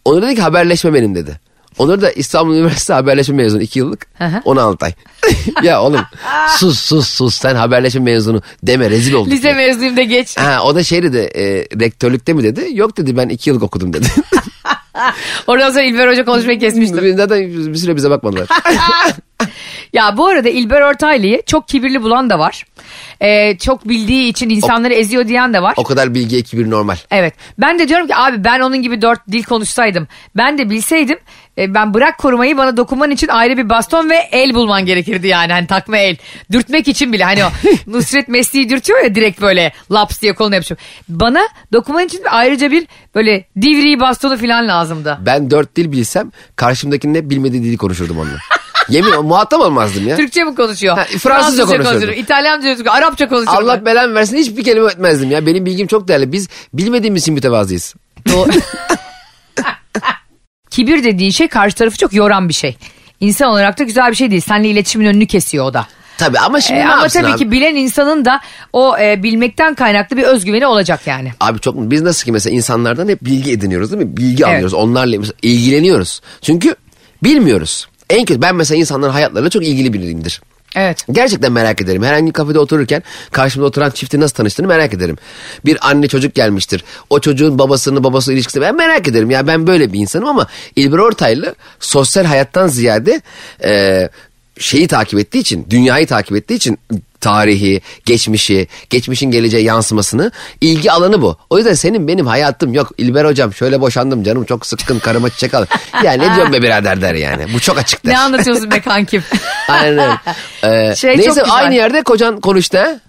Speaker 3: Onur dedi ki haberleşme benim dedi. Onur da İstanbul Üniversitesi haberleşme mezunu 2 yıllık
Speaker 2: hı.
Speaker 3: 16 ay. (laughs) ya oğlum sus sus sus sen haberleşme mezunu deme rezil olduk.
Speaker 2: Lise
Speaker 3: ya.
Speaker 2: mezunuyum da geç.
Speaker 3: Ha, o da şey dedi e, rektörlükte mi dedi? Yok dedi ben iki yıllık
Speaker 2: (laughs)
Speaker 3: okudum dedi.
Speaker 2: Oradan sonra İlber Hoca konuşmayı kesmiştim.
Speaker 3: Zaten bir süre
Speaker 2: (laughs)
Speaker 3: bize bakmadılar.
Speaker 2: Ya bu arada İlber Ortaylı'yı çok kibirli bulan da var. Ee, çok bildiği için insanları eziyor diyen de var.
Speaker 3: o kadar bilgiye kibir normal.
Speaker 2: Evet. Ben de diyorum ki abi ben onun gibi dört dil konuşsaydım. Ben de bilseydim e, ben bırak korumayı bana dokunman için ayrı bir baston ve el bulman gerekirdi yani. Hani takma el. Dürtmek için bile
Speaker 3: (laughs)
Speaker 2: hani o Nusret Mesleği dürtüyor ya direkt böyle laps diye koluna yapışıyor. Bana dokunman için ayrıca bir böyle divri bastonu falan lazımdı.
Speaker 3: Ben dört dil bilsem karşımdakinin hep bilmediği dili
Speaker 2: (laughs)
Speaker 3: konuşurdum onunla. Yemin muhatap olmazdım ya.
Speaker 2: Türkçe mi konuşuyor?
Speaker 3: Ha, Fransızca konuşuyordu.
Speaker 2: İtalyanca konuşuyor. Arapça konuşuyor.
Speaker 3: Allah belamı versin hiçbir kelime etmezdim ya. Benim bilgim çok değerli. Biz bilmediğimiz için mütevazıyız.
Speaker 2: Kibir dediğin şey karşı tarafı çok yoran bir şey. İnsan olarak da güzel bir şey değil. Seninle iletişimin önünü kesiyor o da.
Speaker 3: (laughs) Tabii ama şimdi
Speaker 2: E,
Speaker 3: ne
Speaker 2: ama
Speaker 3: yapsın
Speaker 2: tabii
Speaker 3: abi?
Speaker 2: ki bilen insanın da o e, bilmekten kaynaklı bir özgüveni olacak yani.
Speaker 3: Abi çok biz nasıl ki mesela insanlardan hep bilgi ediniyoruz değil mi? Bilgi
Speaker 2: Evet.
Speaker 3: alıyoruz. Onlarla mesela ilgileniyoruz. Çünkü bilmiyoruz. En kötü ben mesela insanların hayatlarıyla çok ilgili biriyimdir.
Speaker 2: Evet.
Speaker 3: Gerçekten merak ederim. Herhangi bir kafede otururken karşımda oturan çifti nasıl tanıştığını merak ederim. Bir anne çocuk gelmiştir. O çocuğun babasını babası ilişkisi ben merak ederim. Ya ben böyle bir insanım ama İlber Ortaylı sosyal hayattan ziyade e, şeyi takip ettiği için, dünyayı takip ettiği için tarihi, geçmişi, geçmişin geleceğe yansımasını ilgi alanı bu. O yüzden senin benim hayatım yok. İlber hocam şöyle boşandım canım çok sıkkın karıma çiçek al. ya ne diyorsun be birader der yani. Bu çok açık der.
Speaker 2: Ne anlatıyorsun be
Speaker 3: (laughs)
Speaker 2: kankim?
Speaker 3: Aynen öyle.
Speaker 2: (laughs)
Speaker 3: Ee,
Speaker 2: Şey çok
Speaker 3: neyse
Speaker 2: güzel.
Speaker 3: aynı yerde kocan konuştu ha?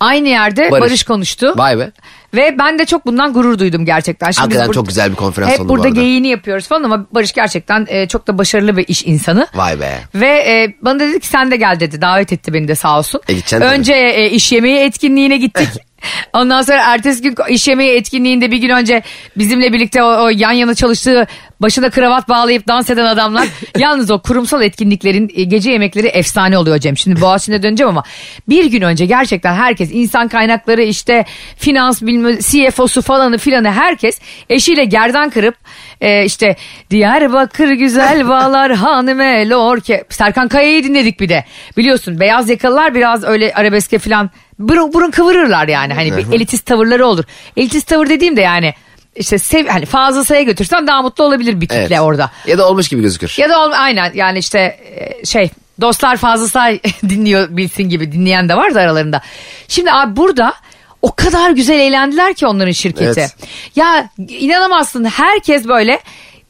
Speaker 2: Aynı yerde Barış,
Speaker 3: Barış.
Speaker 2: konuştu.
Speaker 3: Vay be.
Speaker 2: Ve ben de çok bundan gurur duydum gerçekten. Şimdi biz
Speaker 3: Hakikaten
Speaker 2: bur-
Speaker 3: çok güzel bir konferans
Speaker 2: Hep
Speaker 3: oldu bu
Speaker 2: burada
Speaker 3: arada.
Speaker 2: geyini yapıyoruz falan ama Barış gerçekten e, çok da başarılı bir iş insanı.
Speaker 3: Vay be.
Speaker 2: Ve e, bana da dedi ki sen de gel dedi. Davet etti beni de sağ olsun.
Speaker 3: E, gideceksin tabii. Eh.
Speaker 2: Önce e, iş yemeği etkinliğine gittik. (laughs) Ondan sonra ertesi gün iş yemeği etkinliğinde bir gün önce bizimle birlikte o, o yan yana çalıştığı başına kravat bağlayıp dans eden
Speaker 3: (laughs)
Speaker 2: adamlar. Yalnız o kurumsal etkinliklerin e, gece yemekleri efsane oluyor Cem. Şimdi
Speaker 3: (laughs)
Speaker 2: Boğaziçi'ne döneceğim ama bir gün önce gerçekten herkes insan kaynakları işte finans bilmem CFO'su falanı filanı herkes eşiyle gerdan kırıp e, işte Diyarbakır güzel bağlar hanıme lorke. Serkan Kaya'yı dinledik bir de. Biliyorsun beyaz yakalılar biraz öyle arabeske filan burun, burun kıvırırlar yani. Hani bir elitist tavırları olur. Elitist tavır dediğim de yani işte sev, hani fazlasaya götürsen daha mutlu olabilir bir kitle
Speaker 3: Evet.
Speaker 2: orada.
Speaker 3: Ya da olmuş gibi gözükür.
Speaker 2: Ya da ol- aynen yani işte e, şey dostlar fazla say (laughs) dinliyor bilsin gibi dinleyen de var da aralarında. Şimdi abi burada o kadar güzel eğlendiler ki onların şirketi.
Speaker 3: Evet.
Speaker 2: Ya inanamazsın herkes böyle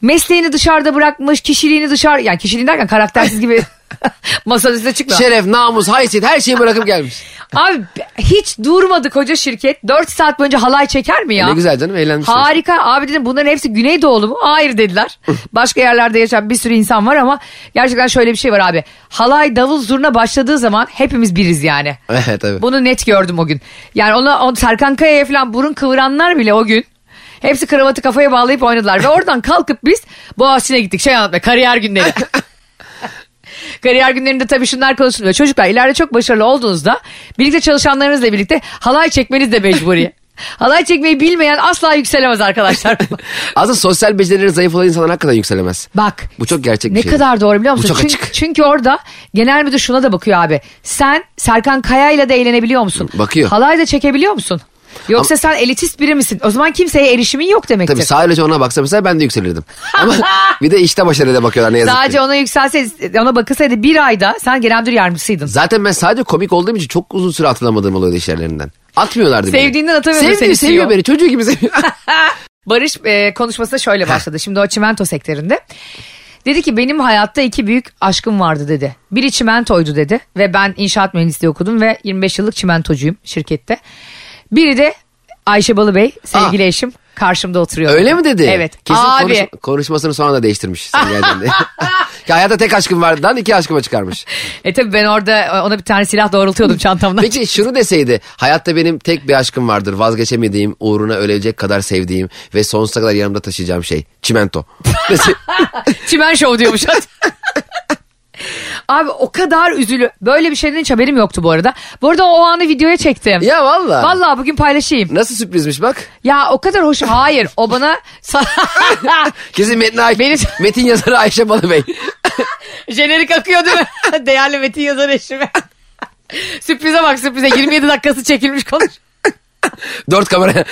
Speaker 2: mesleğini dışarıda bırakmış kişiliğini dışarı yani kişiliğini derken karaktersiz gibi (laughs) masanın üstüne çıkmıyor.
Speaker 3: Şeref, namus, haysiyet her şeyi
Speaker 2: (laughs)
Speaker 3: bırakıp gelmiş.
Speaker 2: Abi hiç durmadı koca şirket 4 saat boyunca halay çeker mi ya?
Speaker 3: Ne güzel canım eğlenmişsiniz.
Speaker 2: Harika abi dedim bunların hepsi Güneydoğulu mu? Hayır
Speaker 3: (laughs)
Speaker 2: dediler. Başka yerlerde yaşayan bir sürü insan var ama gerçekten şöyle bir şey var abi. Halay davul zurna başladığı zaman hepimiz biriz yani.
Speaker 3: (laughs) Evet tabii.
Speaker 2: Bunu net gördüm o gün. Yani ona o Serkan Kaya'ya falan burun kıvıranlar bile o gün hepsi kravatı kafaya bağlayıp oynadılar. Ve oradan kalkıp biz Boğaziçi'ne gittik. Şey anlatma kariyer günleri.
Speaker 3: (laughs)
Speaker 2: Kariyer günlerinde tabii şunlar konuşuluyor. Çocuklar ileride çok başarılı olduğunuzda birlikte çalışanlarınızla birlikte halay çekmeniz de
Speaker 3: (laughs)
Speaker 2: mecburi. halay çekmeyi bilmeyen asla yükselemez arkadaşlar.
Speaker 3: Aslında sosyal becerileri zayıf olan insanlar hakikaten yükselemez.
Speaker 2: Bak.
Speaker 3: Bu çok gerçek bir
Speaker 2: ne
Speaker 3: şey.
Speaker 2: kadar doğru biliyor
Speaker 3: Bu
Speaker 2: musun?
Speaker 3: çok
Speaker 2: çünkü,
Speaker 3: açık.
Speaker 2: çünkü orada genel müdür şuna da bakıyor abi. Sen Serkan Kaya'yla da eğlenebiliyor musun?
Speaker 3: Bakıyor.
Speaker 2: Halay da çekebiliyor musun? Yoksa sen elitist biri misin? O zaman kimseye erişimin yok demektir.
Speaker 3: Tabii sadece ona baksa mesela ben
Speaker 2: (laughs)
Speaker 3: de yükselirdim. Ama bir de işte başarıya da bakıyorlar ne yazık ki.
Speaker 2: Sadece ona yükselseydi, ona bakılsaydı bir ayda sen genel müdür yardımcısıydın.
Speaker 3: Zaten ben sadece komik olduğum için çok uzun süre atılamadığım oluyordu iş yerlerinden. Atmıyorlardı beni.
Speaker 2: Sevdiğinden atamıyordu
Speaker 3: Sevdi-
Speaker 2: seni
Speaker 3: Seviyor
Speaker 2: CEO.
Speaker 3: beni çocuğu gibi seviyor.
Speaker 2: (laughs) Barış e, konuşmasına şöyle başladı. Şimdi o çimento sektöründe. Dedi ki benim hayatta iki büyük aşkım vardı dedi. Biri çimentoydu dedi ve ben inşaat mühendisliği okudum ve 25 yıllık çimentocuyum şirkette. Biri de Ayşe Balıbey sevgili eşim karşımda oturuyor.
Speaker 3: Ah. Öyle mi dedi?
Speaker 2: Evet.
Speaker 3: Kesin
Speaker 2: Abi
Speaker 3: konuş- konuşmasını sonra da değiştirmiş. Sen
Speaker 2: (laughs)
Speaker 3: geldiğinde. ya hayatta tek aşkım vardan iki aşkıma çıkarmış.
Speaker 2: e tabii ben orada ona bir tane silah doğrultuyordum çantamdan.
Speaker 3: Peki şunu deseydi hayatta benim tek bir aşkım vardır vazgeçemediğim uğruna ölecek kadar sevdiğim ve sonsuza kadar yanımda taşıyacağım şey
Speaker 2: (laughs)
Speaker 3: çimento. Dese-
Speaker 2: Çimen şov
Speaker 3: (laughs)
Speaker 2: diyormuş. Abi o kadar üzülü. Böyle bir şeyden hiç haberim yoktu bu arada. Bu arada o anı videoya çektim.
Speaker 3: ya valla.
Speaker 2: Vallahi bugün paylaşayım.
Speaker 3: Nasıl sürprizmiş bak.
Speaker 2: Ya o kadar hoş. Hayır o bana
Speaker 3: Kesin Metin, Ay-
Speaker 2: Benim-
Speaker 3: Metin yazarı Ayşe Balıbey.
Speaker 2: (laughs) jenerik akıyor değil mi? (laughs) Değerli Metin yazar eşime. (laughs) sürprize bak sürprize 27 dakikası çekilmiş konuş.
Speaker 3: Dört kamera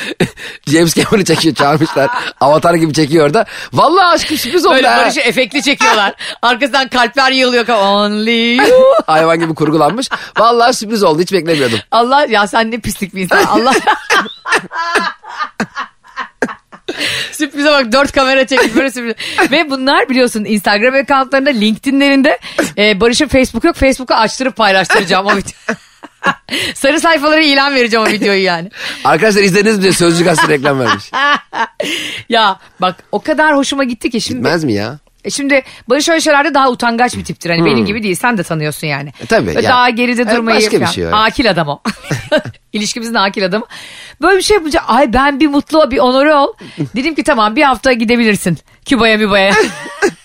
Speaker 3: James Cameron'ı çekiyor çağırmışlar. Avatar gibi çekiyor orada. Vallahi aşkım sürpriz oldu
Speaker 2: Böyle
Speaker 3: ha.
Speaker 2: barışı efektli çekiyorlar. Arkasından kalpler yığılıyor. Only you.
Speaker 3: Hayvan gibi kurgulanmış. Vallahi sürpriz oldu hiç beklemiyordum.
Speaker 2: Allah ya sen ne pislik bir insan. Allah. (laughs) Sürprize bak dört kamera çekip böyle sürpriz. Ve bunlar biliyorsun Instagram accountlarında LinkedIn'lerinde e, Barış'ın Facebook yok. Facebook'u açtırıp paylaştıracağım o video. (laughs) Sarı sayfalara ilan vereceğim o videoyu yani.
Speaker 3: Arkadaşlar izlediniz mi diye Sözcü Gazete
Speaker 2: (laughs)
Speaker 3: reklam vermiş.
Speaker 2: ya bak o kadar hoşuma gitti ki şimdi.
Speaker 3: Gitmez mi ya?
Speaker 2: E Şimdi Barış öyle şeylerde daha utangaç bir tiptir. Hani benim gibi değil. Sen de tanıyorsun yani.
Speaker 3: Hmm. E, tabii,
Speaker 2: Böyle
Speaker 3: yani.
Speaker 2: Daha geride
Speaker 3: E,
Speaker 2: durmayı.
Speaker 3: başka bir
Speaker 2: falan.
Speaker 3: şey o.
Speaker 2: Akil adam
Speaker 3: (laughs)
Speaker 2: o. (laughs) İlişkimizin akil adamı. Böyle bir şey yapınca ay ben bir mutlu ol bir onore ol. Dedim ki tamam bir hafta gidebilirsin. Küba'ya Müba'ya.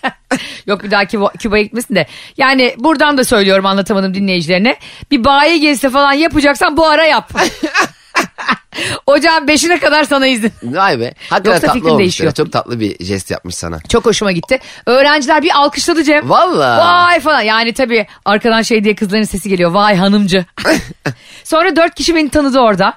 Speaker 2: (laughs) Yok bir daha Küba- Küba'ya gitmesin de. Yani buradan da söylüyorum anlatamadım dinleyicilerine. Bir bayi gezisi falan yapacaksan bu ara
Speaker 3: (laughs)
Speaker 2: yap. Ocağın beşine kadar sana izin.
Speaker 3: Vay be. Hakikaten
Speaker 2: Yoksa fikrim
Speaker 3: tatlı olmuş.
Speaker 2: değişiyor.
Speaker 3: ya. Çok tatlı bir jest yapmış sana.
Speaker 2: Çok hoşuma gitti. Öğrenciler bir alkışladı Cem.
Speaker 3: Valla.
Speaker 2: Vay falan. Yani tabii arkadan şey diye kızların sesi geliyor. Vay hanımcı. Sonra dört kişi beni tanıdı orada.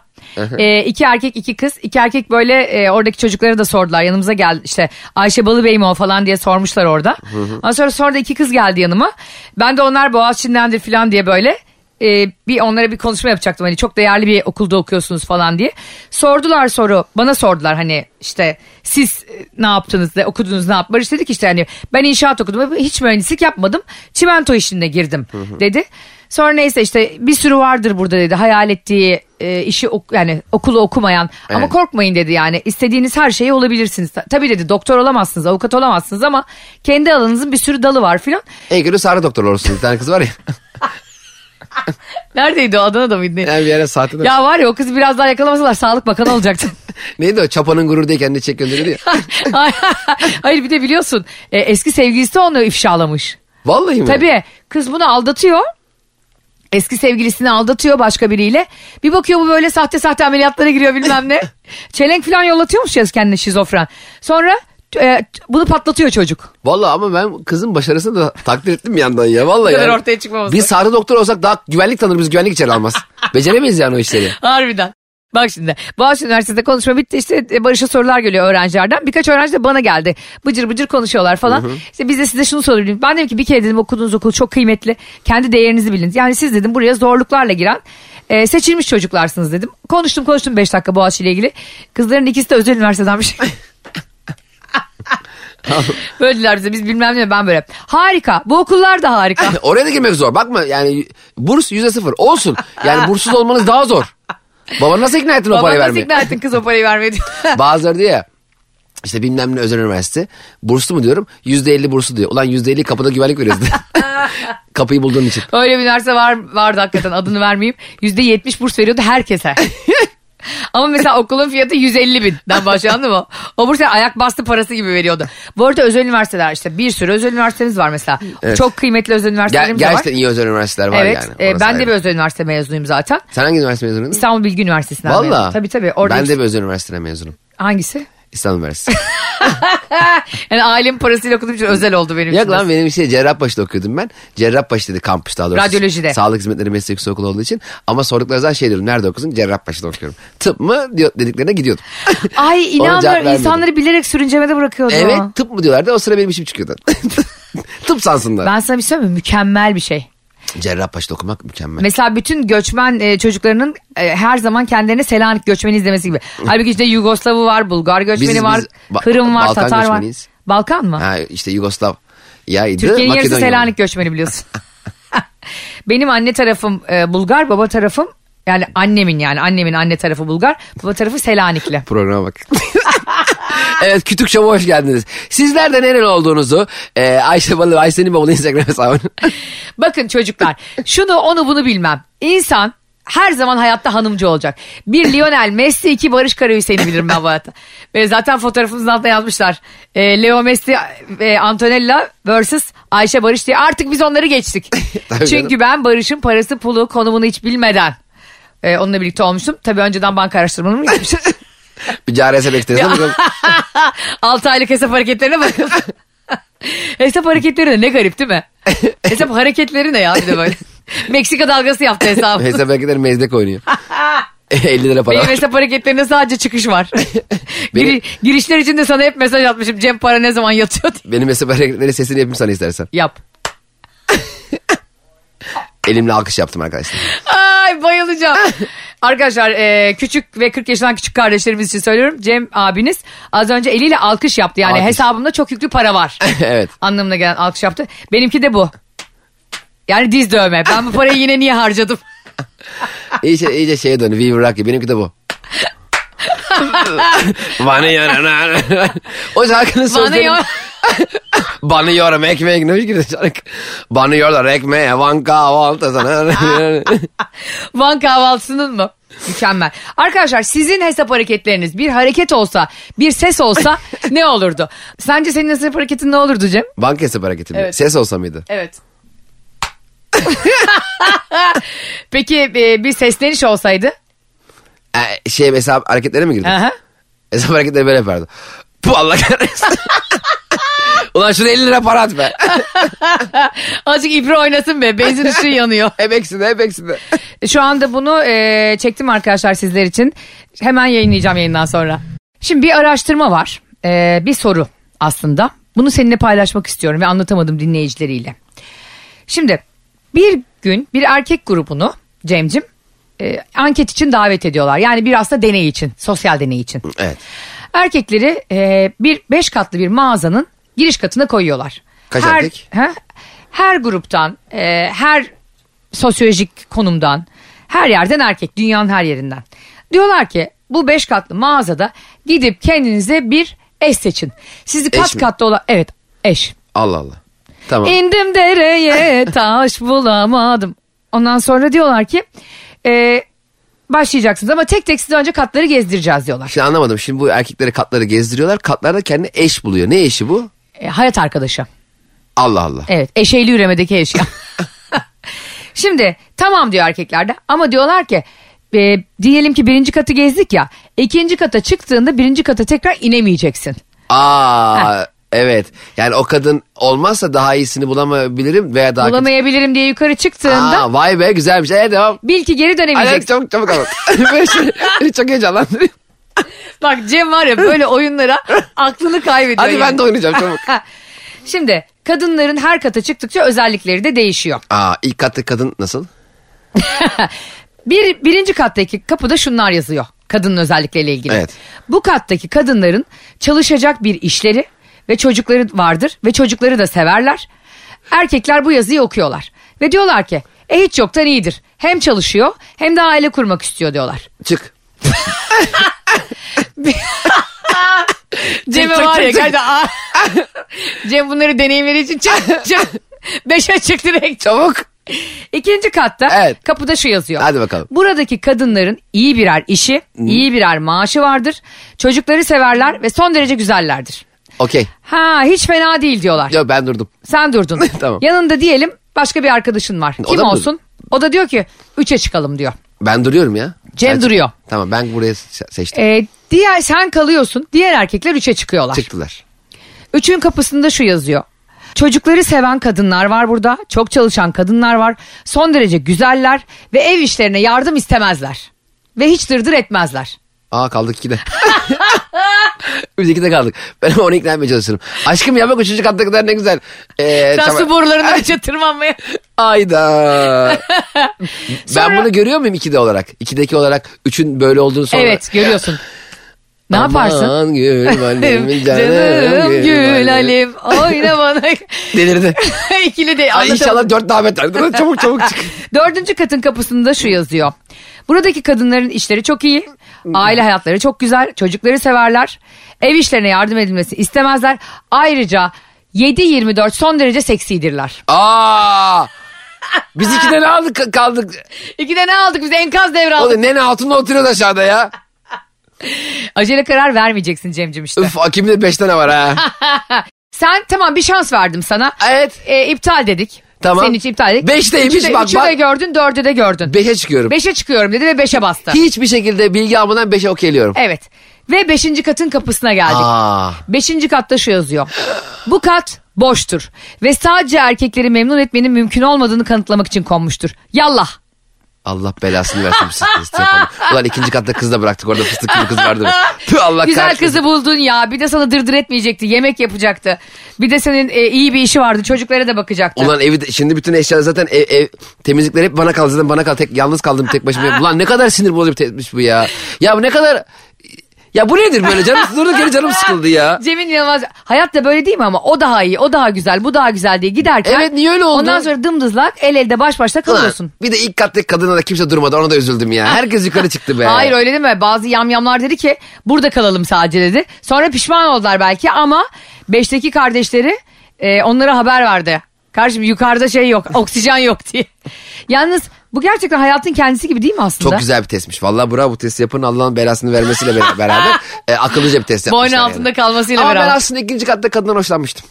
Speaker 2: ee, iki erkek iki kız. İki erkek böyle e, oradaki çocuklara da sordular. Yanımıza geldi işte Ayşe Balıbey mi o falan diye sormuşlar orada. Ondan sonra sonra da iki kız geldi yanıma. Ben de onlar Boğaziçi'ndendir falan diye böyle. e, bir onlara bir konuşma yapacaktım hani çok değerli bir okulda okuyorsunuz falan diye sordular soru bana sordular hani işte siz e, ne yaptınız ne okudunuz ne yaptınız Barış dedi ki işte hani ben inşaat okudum hiç mühendislik yapmadım çimento işine girdim dedi Sonra neyse işte bir sürü vardır burada dedi. Hayal ettiği e, işi ok- yani okulu okumayan ama
Speaker 3: Evet.
Speaker 2: korkmayın dedi yani. istediğiniz her şeyi olabilirsiniz. Ta- Tabii dedi doktor olamazsınız, avukat olamazsınız ama kendi alanınızın bir sürü dalı var filan.
Speaker 3: En kötü sarı doktor olursun. Bir tane
Speaker 2: (laughs)
Speaker 3: kız var ya.
Speaker 2: Neredeydi o Adana'da mıydı?
Speaker 3: Yani bir yere saatte de.
Speaker 2: Ya var ya o kızı biraz daha yakalamasalar Sağlık Bakanı olacaktı. (laughs)
Speaker 3: Neydi o? Çapanın gururdayken ne çek gönderiyordu ya.
Speaker 2: Hayır bir de biliyorsun e, eski sevgilisi de onu ifşalamış.
Speaker 3: Vallahi mi?
Speaker 2: Tabii kız bunu aldatıyor. Eski sevgilisini aldatıyor başka biriyle. Bir bakıyor bu böyle sahte sahte ameliyatlara giriyor bilmem ne. Çelenk falan yollatıyormuş ya kendine şizofren. Sonra e, bunu patlatıyor çocuk.
Speaker 3: Vallahi ama ben kızın başarısını da takdir ettim bir yandan ya. Vallahi
Speaker 2: Bu kadar
Speaker 3: yani.
Speaker 2: ortaya çıkmaması.
Speaker 3: Biz sarı doktor olsak daha güvenlik tanır biz güvenlik
Speaker 2: (laughs)
Speaker 3: içeri almaz. Beceremeyiz yani o işleri.
Speaker 2: Harbiden. Bak şimdi Boğaziçi Üniversitesi'nde konuşma bitti işte e, Barış'a sorular geliyor öğrencilerden. Birkaç öğrenci de bana geldi. Bıcır bıcır konuşuyorlar falan. İşte biz de size şunu sorabilirim. Ben dedim ki bir kere dedim okuduğunuz okul çok kıymetli. Kendi değerinizi bilin. Yani siz dedim buraya zorluklarla giren e, seçilmiş çocuklarsınız dedim. Konuştum konuştum 5 dakika Boğaziçi ile ilgili. Kızların ikisi de özel şey. üniversitedenmiş. böyle dediler bize biz bilmem ne ben böyle. Harika bu okullar da harika.
Speaker 3: Oraya da girmek zor. Bakma yani burs yüzde sıfır. Olsun.
Speaker 2: (laughs)
Speaker 3: Yani bursuz olmanız daha zor. Babanı nasıl ikna ettin o
Speaker 2: Baba
Speaker 3: parayı
Speaker 2: nasıl
Speaker 3: vermeye?
Speaker 2: ikna ettin kız o parayı vermedi.
Speaker 3: (laughs) Bazıları diyor ya işte bilmem ne özel üniversite. Burslu mu diyorum? Yüzde elli burslu diyor. Ulan yüzde elli kapıda güvenlik veriyoruz diyor.
Speaker 2: (laughs)
Speaker 3: Kapıyı bulduğun için.
Speaker 2: Öyle bir üniversite var, vardı hakikaten adını vermeyeyim. Yüzde yetmiş burs veriyordu
Speaker 3: (laughs)
Speaker 2: herkese. Ama mesela okulun fiyatı 150 binden başlıyor anladın mı? O bursa ayak bastı parası gibi veriyordu. Bu arada özel üniversiteler işte bir sürü özel üniversitemiz var mesela.
Speaker 3: Evet.
Speaker 2: Çok kıymetli özel
Speaker 3: Ger-
Speaker 2: üniversitelerimiz de var.
Speaker 3: gerçekten iyi özel üniversiteler var
Speaker 2: evet
Speaker 3: yani.
Speaker 2: e,
Speaker 3: Orası
Speaker 2: ben de
Speaker 3: ayrı.
Speaker 2: bir özel üniversite mezunuyum zaten.
Speaker 3: Sen hangi üniversite mezunuydun?
Speaker 2: İstanbul Bilgi Üniversitesi'nden
Speaker 3: Valla.
Speaker 2: mezunum. Tabii tabii. Orada
Speaker 3: ben de bir özel üniversiteden mezunum.
Speaker 2: Hangisi? (laughs)
Speaker 3: İstanbul Üniversitesi.
Speaker 2: Yani ailemin parasıyla okuduğum için özel oldu benim için.
Speaker 3: Yok lan benim şey Cerrahpaşa'da okuyordum ben. Cerrahpaşa dedi kampüs daha doğrusu.
Speaker 2: Radyolojide.
Speaker 3: Sağlık Hizmetleri Meslek Yüksek Okulu olduğu için. Ama sordukları zaman şey diyorum nerede okuyorsun? Cerrahpaşa'da okuyorum. Tıp mı diyor,
Speaker 2: (laughs)
Speaker 3: dediklerine gidiyordum.
Speaker 2: Ay
Speaker 3: Ona cevap
Speaker 2: inanmıyorum
Speaker 3: vermedim.
Speaker 2: insanları bilerek sürüncemede bırakıyordu.
Speaker 3: evet tıp mı diyorlardı o sıra benim işim çıkıyordu. (laughs) tıp sansınlar.
Speaker 2: Ben sana bir şey söyleyeyim mi? Mükemmel bir şey.
Speaker 3: Cerrahpaşa'da okumak mükemmel.
Speaker 2: Mesela bütün göçmen e, çocuklarının e, her zaman kendilerine Selanik göçmeni izlemesi gibi. Halbuki işte Yugoslav'ı var, Bulgar göçmeni
Speaker 3: Biz-
Speaker 2: var,
Speaker 3: biz Ba-
Speaker 2: Kırım var,
Speaker 3: Balkan
Speaker 2: Tatar var.
Speaker 3: göçmeniyiz.
Speaker 2: Balkan mı?
Speaker 3: ha, işte Yugoslav yaydı.
Speaker 2: Türkiye'nin yarısı
Speaker 3: Makedonya.
Speaker 2: Selanik göçmeni biliyorsun. (laughs) Benim anne tarafım e, Bulgar, baba tarafım yani annemin yani annemin anne tarafı Bulgar, baba tarafı Selanikli.
Speaker 3: Programa bak. (laughs) evet Kütük Şov'a hoş geldiniz. Sizler de nereli olduğunuzu e, Ayşe Balı ve Ayşe'nin babalı Instagram (laughs) hesabını.
Speaker 2: Bakın
Speaker 3: (laughs)
Speaker 2: çocuklar şunu onu bunu bilmem. İnsan her zaman hayatta hanımcı olacak. Bir Lionel Messi, iki Barış Karahüseyin'i bilirim ben bu
Speaker 3: (laughs)
Speaker 2: hayatta. Ve zaten fotoğrafımızın altına yazmışlar. E, Leo Messi, e, Antonella vs. Ayşe Barış diye. Artık biz onları geçtik.
Speaker 3: (laughs) Tabii
Speaker 2: Çünkü
Speaker 3: canım.
Speaker 2: ben Barış'ın parası, pulu, konumunu hiç bilmeden e, onunla birlikte olmuştum. Tabii önceden banka araştırmalarımı şey-
Speaker 3: (laughs)
Speaker 2: yapmıştım.
Speaker 3: Bir CRS
Speaker 2: (laughs)
Speaker 3: bekliyoruz. Bakalım.
Speaker 2: 6 aylık hesap hareketlerine bakın.
Speaker 3: (laughs)
Speaker 2: hesap hareketleri de ne garip değil mi? hesap hareketleri ne ya bir de
Speaker 3: (laughs)
Speaker 2: böyle. Meksika dalgası yaptı hesabı.
Speaker 3: Hesap erkekler mezdek
Speaker 2: (laughs)
Speaker 3: oynuyor. (laughs) 50 lira para
Speaker 2: Benim
Speaker 3: var.
Speaker 2: hesap hareketlerinde sadece çıkış var.
Speaker 3: (laughs) Benim-
Speaker 2: Giri- girişler için de sana hep mesaj atmışım. Cem para ne zaman yatıyor diye.
Speaker 3: Benim hesap hareketleri sesini yapayım sana istersen.
Speaker 2: Yap.
Speaker 3: Elimle alkış yaptım arkadaşlar.
Speaker 2: Ay bayılacağım.
Speaker 3: Ah.
Speaker 2: Arkadaşlar e, küçük ve 40 yaşından küçük kardeşlerimiz için söylüyorum. Cem abiniz az önce eliyle alkış yaptı. Yani
Speaker 3: Alkış.
Speaker 2: hesabımda çok yüklü para var.
Speaker 3: (laughs) Evet.
Speaker 2: Anlamına gelen alkış yaptı. Benimki de bu. Yani diz dövme. Ben bu parayı yine niye harcadım? (laughs)
Speaker 3: İyice, iyice şeye döndü. Vivi Rocky. Benimki de bu. Bana yarar. o şarkının
Speaker 2: Bana
Speaker 3: sözleri...
Speaker 2: yok.
Speaker 3: Banıyorum ekmek ne biçim şarkı. Banıyorlar ekmeğe vanka valta sana.
Speaker 2: Van kahvaltısının mı? Mükemmel. Arkadaşlar sizin hesap hareketleriniz bir hareket olsa, bir ses
Speaker 3: (laughs)
Speaker 2: olsa ne olurdu? Sence senin hesap hareketin ne olurdu Cem?
Speaker 3: Banka hesap hareketi mi?
Speaker 2: Evet.
Speaker 3: Ses olsa mıydı?
Speaker 2: Evet. (laughs) Peki e, bir sesleniş olsaydı?
Speaker 3: Ee, şey hesap hareketlere mi girdin?
Speaker 2: Aha.
Speaker 3: Hesap hareketleri böyle yapardı. Bu Allah kahretsin. Ulan şuna 50 lira para at
Speaker 2: (laughs)
Speaker 3: be.
Speaker 2: Azıcık ibre oynasın be. Benzin ışığı yanıyor. (laughs)
Speaker 3: Hep eksi de hep eksi de.
Speaker 2: Şu anda bunu e, çektim arkadaşlar sizler için. Hemen yayınlayacağım yayından sonra. Şimdi bir araştırma var. E, bir soru aslında. Bunu seninle paylaşmak istiyorum ve anlatamadım dinleyicileriyle. Şimdi bir gün bir erkek grubunu Cem'cim e, anket için davet ediyorlar. Yani bir aslında deney için, sosyal deney için.
Speaker 3: Evet.
Speaker 2: Erkekleri e, bir beş katlı bir mağazanın giriş katına koyuyorlar.
Speaker 3: Kaç
Speaker 2: her,
Speaker 3: erkek?
Speaker 2: He? her gruptan, e, her sosyolojik konumdan, her yerden erkek, dünyanın her yerinden. Diyorlar ki bu beş katlı mağazada gidip kendinize bir eş seçin. Sizi kat
Speaker 3: mi?
Speaker 2: katlı olan, evet eş.
Speaker 3: Allah Allah. Tamam.
Speaker 2: İndim
Speaker 3: (laughs)
Speaker 2: dereye taş bulamadım. Ondan sonra diyorlar ki e, başlayacaksınız ama tek tek size önce katları gezdireceğiz diyorlar.
Speaker 3: Şimdi anlamadım. Şimdi bu erkeklere katları gezdiriyorlar. Katlarda kendi eş buluyor. Ne eşi bu?
Speaker 2: E, hayat arkadaşı.
Speaker 3: Allah Allah.
Speaker 2: Evet eşeğli üremedeki
Speaker 3: (laughs)
Speaker 2: eşya. Şimdi tamam diyor erkekler de ama diyorlar ki e, diyelim ki birinci katı gezdik ya ikinci kata çıktığında birinci kata tekrar inemeyeceksin.
Speaker 3: Aa evet. Yani o kadın olmazsa daha iyisini bulamayabilirim veya daha kötü-
Speaker 2: Bulamayabilirim diye yukarı çıktığında
Speaker 3: Aa, vay be güzelmiş. Ee, devam.
Speaker 2: bil ki geri
Speaker 3: Alex
Speaker 2: dönemeyeceksin.
Speaker 3: çok (laughs) çabuk anlat. Böyle şey- beni çok heyecanlandırıyor.
Speaker 2: Bak Cem var ya
Speaker 3: (laughs)
Speaker 2: böyle oyunlara aklını kaybediyor.
Speaker 3: Hadi ben de oynayacağım çabuk.
Speaker 2: Şimdi kadınların her kata çıktıkça özellikleri de değişiyor.
Speaker 3: Aa, ilk katta kadın nasıl?
Speaker 2: Bir, birinci kattaki kapıda şunlar yazıyor. Kadının özellikleriyle ilgili.
Speaker 3: Evet.
Speaker 2: Bu kattaki kadınların çalışacak bir işleri ve çocukları vardır ve çocukları da severler. Erkekler bu yazıyı okuyorlar ve diyorlar ki e hiç yoktan iyidir. Hem çalışıyor hem de aile kurmak istiyor diyorlar.
Speaker 3: Çık.
Speaker 2: Cem
Speaker 3: çık,
Speaker 2: var ya
Speaker 3: çık.
Speaker 2: gerçekten, aa. (laughs) Cem bunları deneyimleri için
Speaker 3: (laughs)
Speaker 2: çık çık. Beşe çık direkt.
Speaker 3: Çabuk.
Speaker 2: İkinci katta
Speaker 3: Evet.
Speaker 2: kapıda şu yazıyor.
Speaker 3: Hadi bakalım.
Speaker 2: Buradaki kadınların iyi birer işi, iyi birer maaşı vardır. Çocukları severler ve son derece güzellerdir.
Speaker 3: Okey.
Speaker 2: Ha hiç fena değil diyorlar.
Speaker 3: Yok ben durdum.
Speaker 2: Sen durdun.
Speaker 3: (laughs) Tamam.
Speaker 2: Yanında diyelim başka bir arkadaşın var. Kim
Speaker 3: da mı
Speaker 2: olsun? O da diyor ki 3'e çıkalım diyor.
Speaker 3: Ben duruyorum ya.
Speaker 2: Cem
Speaker 3: Ben-
Speaker 2: duruyor.
Speaker 3: Tamam ben buraya se- seçtim.
Speaker 2: Ee, diğer sen kalıyorsun. Diğer erkekler 3'e çıkıyorlar.
Speaker 3: Çıktılar.
Speaker 2: Üçün kapısında şu yazıyor. Çocukları seven kadınlar var burada. Çok çalışan kadınlar var. Son derece güzeller ve ev işlerine yardım istemezler. Ve hiç dırdır etmezler.
Speaker 3: Aa kaldık ikide. (laughs) Biz ikide kaldık. Ben ama onu ikna etmeye çalışırım. Aşkım ya bak üçüncü katta kadar ne güzel. Ee,
Speaker 2: Sen
Speaker 3: tamam.
Speaker 2: su
Speaker 3: (laughs)
Speaker 2: borularından içe tırmanmaya. (laughs)
Speaker 3: Ayda.
Speaker 2: Sonra-
Speaker 3: Ben bunu görüyor muyum ikide olarak? İkideki olarak üçün böyle olduğunu sonra.
Speaker 2: Evet görüyorsun. Ne
Speaker 3: Aman
Speaker 2: yaparsın? (laughs)
Speaker 3: gül annemin canım,
Speaker 2: Canım gül alim
Speaker 3: annemin.
Speaker 2: oyna bana. (laughs)
Speaker 3: Delirdi.
Speaker 2: İkili de
Speaker 3: Ay
Speaker 2: anlatamam.
Speaker 3: inşallah dört daha beter. Dur, Çabuk
Speaker 2: (laughs)
Speaker 3: çabuk çık.
Speaker 2: Dördüncü katın kapısında şu yazıyor. Buradaki kadınların işleri çok iyi. Aile hayatları çok güzel. Çocukları severler. Ev işlerine yardım edilmesi istemezler. Ayrıca 7-24 son derece seksidirler.
Speaker 3: Aa. Biz ikide ne aldık kaldık?
Speaker 2: İkide ne aldık biz enkaz
Speaker 3: O da
Speaker 2: devraldık.
Speaker 3: nene hatunla oturuyor aşağıda ya.
Speaker 2: Acele karar vermeyeceksin Cemcim işte.
Speaker 3: Üf kimde beş tane var ha.
Speaker 2: Sen tamam bir şans verdim sana.
Speaker 3: Evet.
Speaker 2: E, iptal dedik.
Speaker 3: Tamam.
Speaker 2: Senin için iptal dedik.
Speaker 3: Beşteymiş,
Speaker 2: Üçü de-
Speaker 3: bak,
Speaker 2: üçü
Speaker 3: bak.
Speaker 2: de gördün dördü de gördün.
Speaker 3: Beşe çıkıyorum.
Speaker 2: Beşe çıkıyorum dedi ve beşe bastı.
Speaker 3: Hiçbir şekilde bilgi almadan beşe okeyliyorum.
Speaker 2: Evet. Ve beşinci katın kapısına geldik.
Speaker 3: Aa.
Speaker 2: Beşinci katta şu yazıyor. Bu kat boştur ve sadece erkekleri memnun etmenin mümkün olmadığını kanıtlamak için konmuştur. Yallah.
Speaker 3: Allah belasını versin bu saatte Stefan'ın. Ulan ikinci katta kız da bıraktık orada fıstık gibi kız vardı.
Speaker 2: (laughs)
Speaker 3: Tüh Allah
Speaker 2: Güzel
Speaker 3: kahretsin.
Speaker 2: kızı buldun ya. Bir de sana dırdır etmeyecekti. Yemek yapacaktı. Bir de senin e, iyi bir işi vardı. Çocuklara da bakacaktı.
Speaker 3: Ulan evi de- şimdi bütün eşyalar zaten ev, ev- temizlikler hep bana kaldı zaten bana kaldı tek yalnız kaldım tek başıma.
Speaker 2: (laughs)
Speaker 3: Ulan ne kadar sinir bozucu bir tespit bu ya. Ya bu ne kadar ya bu nedir böyle canım durduk yere canım sıkıldı ya.
Speaker 2: Cemil Yılmaz hayat da böyle değil mi ama o daha iyi o daha güzel bu daha güzel diye giderken
Speaker 3: Evet, niye öyle oldu?
Speaker 2: Ondan sonra dımdızlak el elde baş başta
Speaker 3: Ulan,
Speaker 2: kalıyorsun.
Speaker 3: bir de ilk kattaki kadına da kimse durmadı ona da üzüldüm ya. Herkes yukarı çıktı be.
Speaker 2: Hayır öyle değil mi? Bazı yamyamlar dedi ki burada kalalım sadece dedi. Sonra pişman oldular belki ama beşteki kardeşleri e, onlara haber verdi. Kardeşim yukarıda şey
Speaker 3: (laughs)
Speaker 2: yok oksijen yok diye. Yalnız bu gerçekten hayatın kendisi gibi değil mi aslında?
Speaker 3: Çok güzel bir testmiş. Vallahi bravo bu testi yapın Allah'ın belasını vermesiyle bera- beraber e, akıllıca bir test yapmışlar.
Speaker 2: Boynu altında
Speaker 3: yani.
Speaker 2: kalmasıyla
Speaker 3: Ama ben
Speaker 2: beraber.
Speaker 3: aslında ikinci katta kadından hoşlanmıştım.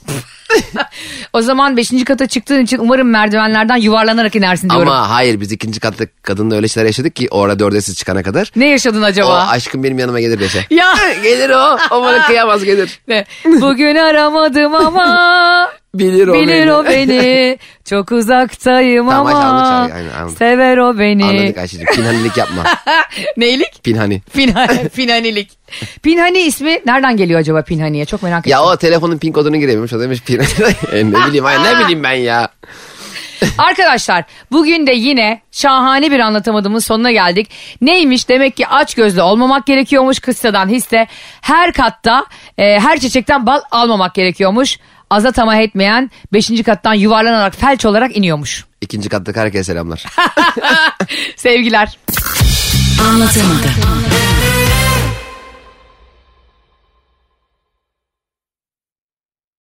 Speaker 2: O zaman beşinci kata çıktığın için umarım merdivenlerden yuvarlanarak inersin diyorum.
Speaker 3: Ama hayır biz ikinci katta kadınla öyle şeyler yaşadık ki o ara dörde siz çıkana kadar.
Speaker 2: Ne yaşadın
Speaker 3: O
Speaker 2: acaba?
Speaker 3: aşkım benim yanıma gelir beşe.
Speaker 2: Ya.
Speaker 3: (laughs) gelir o. O bana kıyamaz gelir.
Speaker 2: Ne? Bugün aramadım
Speaker 3: (laughs)
Speaker 2: ama
Speaker 3: Bilir o
Speaker 2: bilir
Speaker 3: beni.
Speaker 2: o beni.
Speaker 3: (laughs)
Speaker 2: Çok uzaktayım
Speaker 3: Tamam,
Speaker 2: ama
Speaker 3: Ayşe, anladık, Ayşe, aynen, anladık.
Speaker 2: sever o beni.
Speaker 3: Anladık Ayşe'cim. Pinhanilik yapma.
Speaker 2: Neylik?
Speaker 3: Pinhani. (laughs)
Speaker 2: Pinhani, pinhanilik. Pinhani ismi nereden geliyor acaba Pinhani'ye? Çok merak ettim.
Speaker 3: Ya o telefonun pin kodunu girememiş. O demiş pinhani. (laughs) E, ne bileyim ay ne bileyim ben ya.
Speaker 2: Arkadaşlar bugün de yine şahane bir anlatamadığımın sonuna geldik. Neymiş demek ki aç gözlü olmamak gerekiyormuş kıssadan hisse. Her katta e, her çiçekten bal almamak gerekiyormuş. Azat ama etmeyen 5. kattan yuvarlanarak felç olarak iniyormuş.
Speaker 3: İkinci kattaki herkese selamlar.
Speaker 2: Sevgiler.
Speaker 4: Anlatamadım.